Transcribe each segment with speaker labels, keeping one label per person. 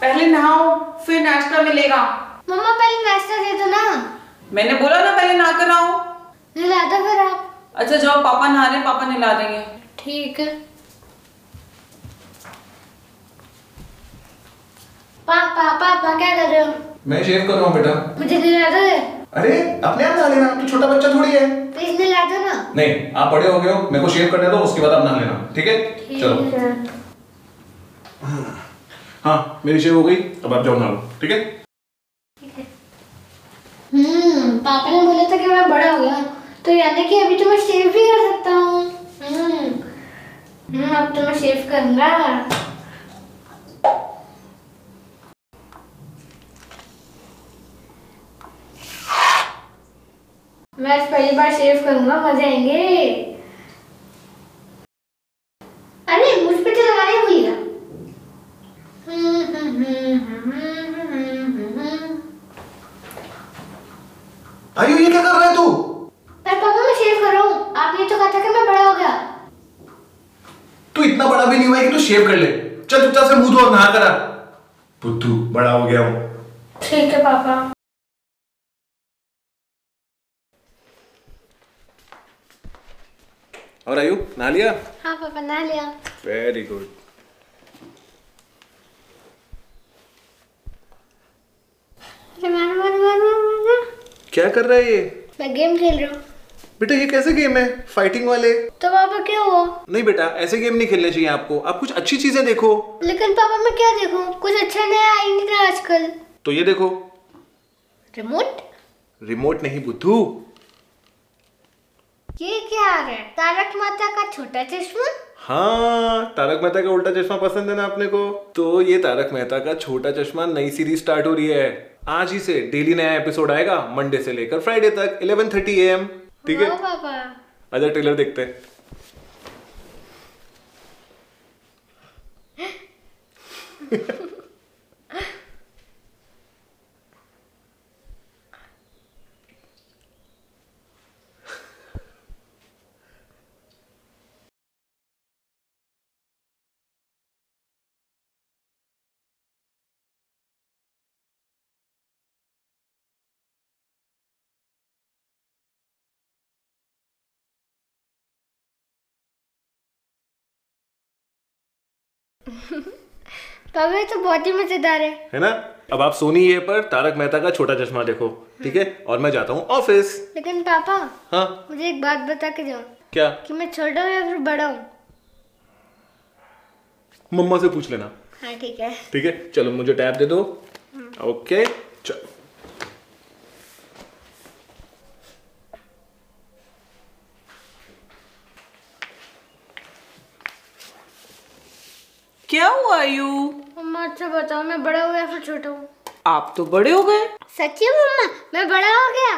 Speaker 1: पहले नहाओ फिर नाश्ता मिलेगा
Speaker 2: मम्मा पहले नाश्ता दे दो ना तो
Speaker 1: मैंने बोला ना पहले नहा कर आओ
Speaker 2: नहला दो फिर आप
Speaker 1: अच्छा जाओ पापा नहा रहे हैं, पापा नहला देंगे
Speaker 2: ठीक है पापा पापा क्या कर रहे हो
Speaker 3: मैं शेव कर रहा हूँ बेटा
Speaker 2: मुझे नहला दो
Speaker 3: अरे अपने आप नहा लेना तू छोटा बच्चा थोड़ी है
Speaker 2: प्लीज नहला दो ना
Speaker 3: नहीं आप बड़े हो गए हो मेरे को शेव करने दो उसके बाद आप नहा लेना ठीक है चलो
Speaker 2: ठीक है
Speaker 3: हाँ मेरी शेव हो गई अब आप जाओ नहा लो ठीक है
Speaker 2: हम्म पापा ने बोला था कि मैं बड़ा हो गया हूँ। तो यानी कि अभी तो मैं शेव भी कर सकता हूँ हम्म हम्म, अब तो मैं शेव करूंगा मैं आज पहली बार शेव करूंगा मजे आएंगे अरे मुझ पे तो लगाने हुई हम्म हम्म हम्म हम्म हम्म हम्म
Speaker 3: आयु ये क्या कर रहा है तू
Speaker 2: पर पापा मैं शेव कर रहा हूँ आपने तो कहा था कि मैं बड़ा हो गया
Speaker 3: तू इतना बड़ा भी नहीं हुआ है कि तू शेव कर ले चल चुपचाप से मुंह धो और नहा कर आ। बुद्धू बड़ा हो गया हूँ
Speaker 2: ठीक है पापा
Speaker 3: और आयु नहा लिया
Speaker 2: हाँ पापा ना लिया
Speaker 3: वेरी गुड
Speaker 2: अरे मारो मारो मारो मारो, मारो
Speaker 3: क्या कर रहा है ये
Speaker 2: मैं गेम खेल रहा हूँ
Speaker 3: बेटा ये कैसे गेम है फाइटिंग वाले
Speaker 2: तो पापा क्या हुआ
Speaker 3: नहीं बेटा ऐसे गेम नहीं खेलने चाहिए आपको आप कुछ अच्छी चीजें देखो
Speaker 2: लेकिन पापा मैं क्या देखूँ कुछ अच्छा नया आ ही नहीं रहा आजकल
Speaker 3: तो ये देखो
Speaker 2: रिमोट
Speaker 3: रिमोट नहीं बुद्धू
Speaker 2: ये क्या आ रहा है तारक माता का छोटा चश्मा
Speaker 3: हाँ तारक मेहता का उल्टा चश्मा पसंद है ना आपने को तो ये तारक मेहता का छोटा चश्मा नई सीरीज स्टार्ट हो रही है आज ही से डेली नया एपिसोड आएगा मंडे से लेकर फ्राइडे तक 11:30 थर्टी एम ठीक है
Speaker 2: वाह, पापा
Speaker 3: अच्छा ट्रेलर देखते हैं
Speaker 2: पापा ये तो बहुत ही मजेदार है
Speaker 3: है ना अब आप सोनी ये पर तारक मेहता का छोटा चश्मा देखो ठीक है और मैं जाता हूँ ऑफिस
Speaker 2: लेकिन पापा
Speaker 3: हाँ
Speaker 2: मुझे एक बात बता के जाओ
Speaker 3: क्या
Speaker 2: कि मैं छोटा हूँ या फिर बड़ा हूँ
Speaker 3: मम्मा से पूछ लेना
Speaker 2: हाँ ठीक है
Speaker 3: ठीक है चलो मुझे टैब दे दो ओके चलो
Speaker 1: क्या हुआ आयु
Speaker 2: मम्मा अच्छा बताओ मैं बड़ा हूँ या फिर छोटा हूँ
Speaker 1: आप तो बड़े हो गए
Speaker 2: सच्ची मम्मा मैं बड़ा हो गया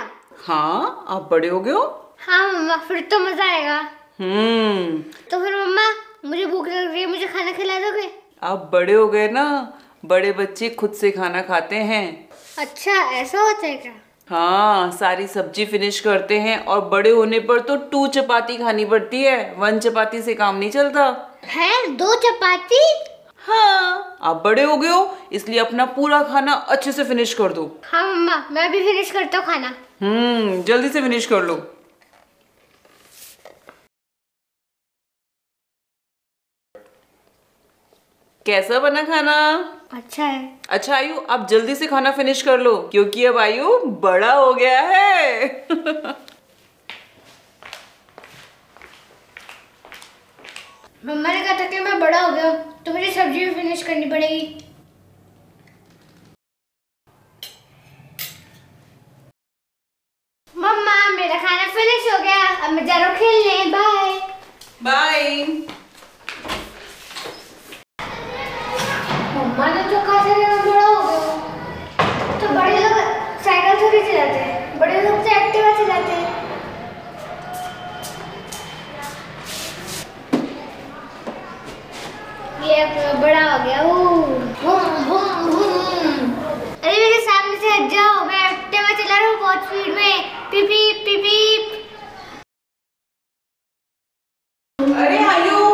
Speaker 1: हाँ आप बड़े हो गए हो
Speaker 2: हाँ मम्मा फिर तो मजा आएगा
Speaker 1: हम्म
Speaker 2: तो फिर मम्मा मुझे भूख लग रही है मुझे खाना खिला दोगे
Speaker 1: आप बड़े हो गए ना बड़े बच्चे खुद से खाना खाते हैं
Speaker 2: अच्छा ऐसा होता है क्या
Speaker 1: हाँ सारी सब्जी फिनिश करते हैं और बड़े होने पर तो टू चपाती खानी पड़ती है वन चपाती से काम नहीं चलता
Speaker 2: है दो चपाती
Speaker 1: हाँ आप बड़े हो गए हो इसलिए अपना पूरा खाना अच्छे से फिनिश कर दो
Speaker 2: हाँ मम्मा मैं भी फिनिश करता हूँ खाना
Speaker 1: हम्म जल्दी से फिनिश कर लो कैसा बना खाना
Speaker 2: अच्छा है
Speaker 1: अच्छा आयु आप जल्दी से खाना फिनिश कर लो क्योंकि अब आयु बड़ा हो गया है
Speaker 2: मम्मा ने कहा था कि मैं बड़ा हो गया हूँ, तो मुझे सब्जी भी फिनिश करनी पड़ेगी मम्मा मेरा खाना फिनिश हो गया अब मैं जा रहा हूँ खेलने बाय
Speaker 1: बाय
Speaker 2: मम्मा ने तो कहा था कि मैं बड़ा हो गया हूँ। तो बड़े लोग साइकिल थोड़ी चलाते हैं बड़े लोग तो एक्टिवा चलाते हैं ये अब मैं बड़ा हो गया हूँ भूम भूम भूम अरे मेरे सामने से हट जाओ मैं एक्टिवा चला रहा हूँ बहुत स्पीड में पिपी पिपी
Speaker 1: अरे आयु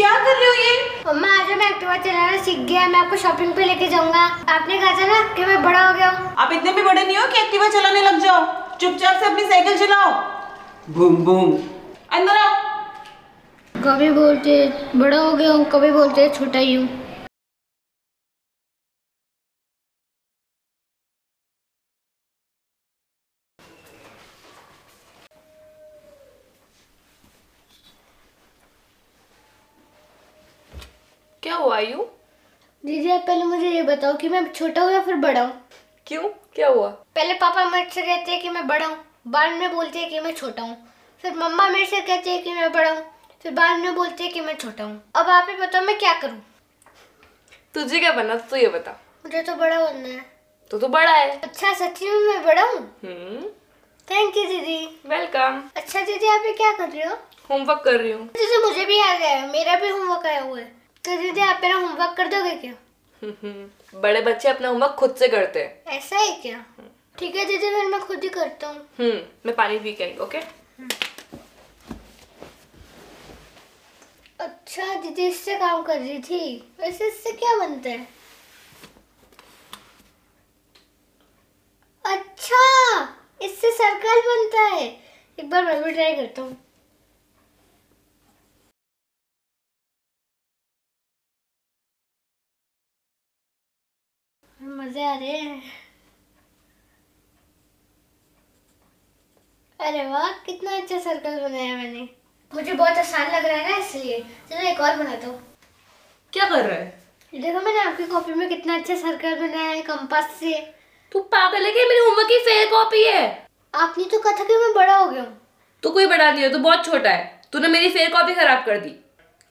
Speaker 1: क्या कर रहे हो ये
Speaker 2: मम्मा आज मैं एक्टिवा एक्टिवा चलाना सीख गया है, मैं आपको शॉपिंग पे लेके जाऊंगा आपने कहा था ना कि मैं बड़ा हो गया हूँ
Speaker 1: आप इतने भी बड़े नहीं हो कि एक्टिवा चलाने लग जाओ चुपचाप से अपनी साइकिल चलाओ
Speaker 4: बूम बूम
Speaker 1: अंदर आओ
Speaker 2: कभी बोलते बड़ा हो गया हूँ कभी बोलते छोटा ही हूँ
Speaker 5: क्या हुआ यू
Speaker 2: दीदी आप पहले मुझे ये बताओ कि मैं छोटा हूँ या फिर बड़ा हूँ
Speaker 5: क्यों क्या हुआ
Speaker 2: पहले पापा मेरे से कहते हैं कि मैं बड़ा हूँ बाद में बोलते हैं कि मैं छोटा हूँ फिर मम्मा मेरे से कहते हैं कि मैं बड़ा हूँ फिर बाद में बोलते हैं कि मैं छोटा हूँ अब आप ही बताओ मैं क्या करूँ
Speaker 5: तुझे क्या बनना था तू ये बता
Speaker 2: मुझे तो बड़ा बनना है
Speaker 5: तो तू बड़ा है
Speaker 2: अच्छा सच्ची में मैं बड़ा हूँ
Speaker 5: वेलकम
Speaker 2: थैंक यू दीदी अच्छा दीदी आप ये क्या कर रहे हो
Speaker 5: होमवर्क कर रही हूँ
Speaker 2: दीदी मुझे भी आ गया है मेरा भी होमवर्क आया हुआ है तो दीदी आप मेरा होमवर्क कर दोगे क्या
Speaker 5: हम्म, बड़े बच्चे अपना होमवर्क खुद से करते हैं
Speaker 2: ऐसा है क्या ठीक है दीदी फिर मैं खुद ही करता हूँ
Speaker 5: हम्म मैं पानी पी के आई ओके
Speaker 2: अच्छा दीदी इससे काम कर रही थी वैसे इससे क्या बनता है अच्छा इससे सर्कल बनता है एक बार मैं भी ट्राई करता हूँ मजे आ रहे हैं अरे वाह कितना अच्छा सर्कल बनाया मैंने मुझे बहुत आसान लग रहा है ना इसलिए चलो एक और बना दो
Speaker 5: क्या कर रहा है
Speaker 2: देखो मैंने आपकी कॉपी में कितना अच्छा सर्कल बनाया है कंपास से
Speaker 5: तू पागल है क्या मेरे होमवर्क की फेल कॉपी है
Speaker 2: आपने तो कहा था कि मैं बड़ा हो गया हूँ
Speaker 5: तू कोई बड़ा नहीं है तू बहुत छोटा है तूने मेरी फेल कॉपी खराब कर दी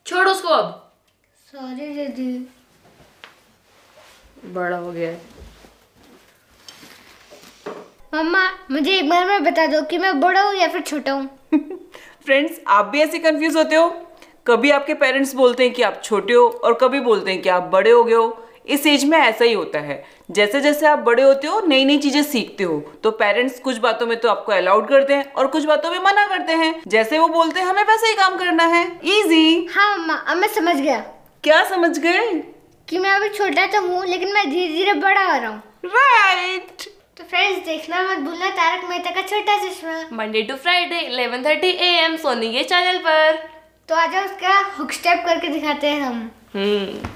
Speaker 5: छोड़ उसको अब
Speaker 2: सॉरी दीदी
Speaker 5: बड़ा हो गया है
Speaker 2: मम्मा मुझे एक बार में बता दो कि मैं बड़ा हूँ या फिर छोटा हूँ
Speaker 1: फ्रेंड्स आप भी ऐसे कंफ्यूज होते हो कभी आपके पेरेंट्स बोलते हैं कि आप छोटे हो और कभी बोलते हैं कि आप बड़े हो गए हो इस एज में ऐसा ही होता है जैसे जैसे आप बड़े होते हो नई नई चीजें सीखते हो तो पेरेंट्स कुछ बातों में तो आपको अलाउड करते हैं और कुछ बातों में मना करते हैं जैसे वो बोलते हैं हमें वैसे ही काम करना है इजी
Speaker 2: हाँ मम्मा अब मैं समझ गया
Speaker 1: क्या समझ गए
Speaker 2: कि मैं अभी छोटा तो हूँ लेकिन मैं धीरे धीरे बड़ा हो रहा हूँ
Speaker 1: राइट right.
Speaker 2: तो फ्रेंड्स देखना मत भूलना तारक मेहता का छोटा चश्मा
Speaker 5: Monday to Friday 11:30 AM Sony के चैनल पर
Speaker 2: तो आज उसका हुक स्टेप करके दिखाते हैं हम
Speaker 5: हम्म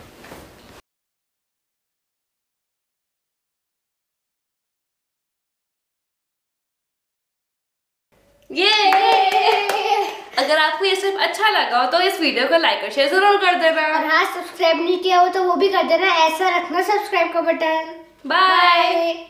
Speaker 5: ये अगर आपको ये सिर्फ अच्छा लगा हो तो इस वीडियो को लाइक और शेयर जरूर कर
Speaker 2: और
Speaker 5: देना
Speaker 2: हाँ सब्सक्राइब नहीं किया हो तो वो भी कर देना ऐसा रखना सब्सक्राइब का बटन
Speaker 5: बाय